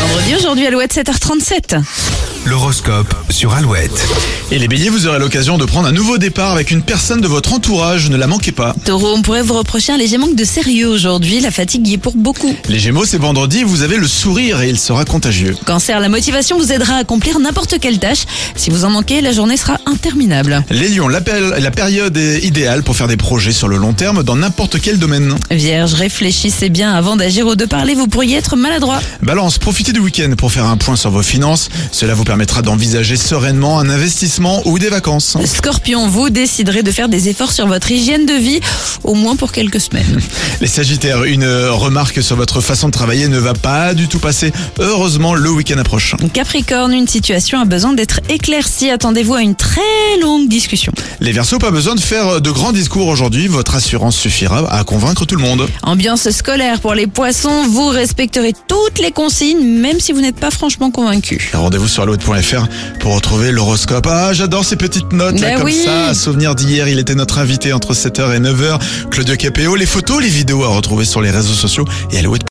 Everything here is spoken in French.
vendredi aujourd'hui, Alouette 7h37. L'horoscope sur Alouette. Et les béliers, vous aurez l'occasion de prendre un nouveau départ avec une personne de votre entourage, ne la manquez pas. Taureau, on pourrait vous reprocher un léger manque de sérieux aujourd'hui, la fatigue y est pour beaucoup. Les gémeaux, c'est vendredi, vous avez le sourire et il sera contagieux. Cancer, la motivation vous aidera à accomplir n'importe quelle tâche. Si vous en manquez, la journée sera interminable. Les lions, l'appel- la période est idéale pour faire des projets sur le long terme dans n'importe quel domaine. Vierge, réfléchissez bien avant d'agir ou de parler, vous pourriez être maladroit. Balance, profitez du week-end pour faire un point sur vos finances. Cela vous permettra d'envisager sereinement un investissement ou des vacances. Scorpion, vous déciderez de faire des efforts sur votre hygiène de vie, au moins pour quelques semaines. Les sagittaires, une euh, remarque sur votre façon de travailler ne va pas du tout passer. Heureusement, le week-end approche. Capricorne, une situation a besoin d'être éclaircie, attendez-vous à une très longue discussion. Les versos, pas besoin de faire de grands discours aujourd'hui. Votre assurance suffira à convaincre tout le monde. Ambiance scolaire pour les poissons, vous respecterez toutes les consignes, même si vous n'êtes pas franchement convaincu. Rendez-vous sur alouette.fr pour retrouver l'horoscope. Ah, j'adore ces petites notes là, Ben comme oui. ça. Souvenir d'hier, il était notre invité entre 7h et 9h. Claudio Capéo, les photos, les vidéos à retrouver sur les réseaux sociaux et alouette.fr.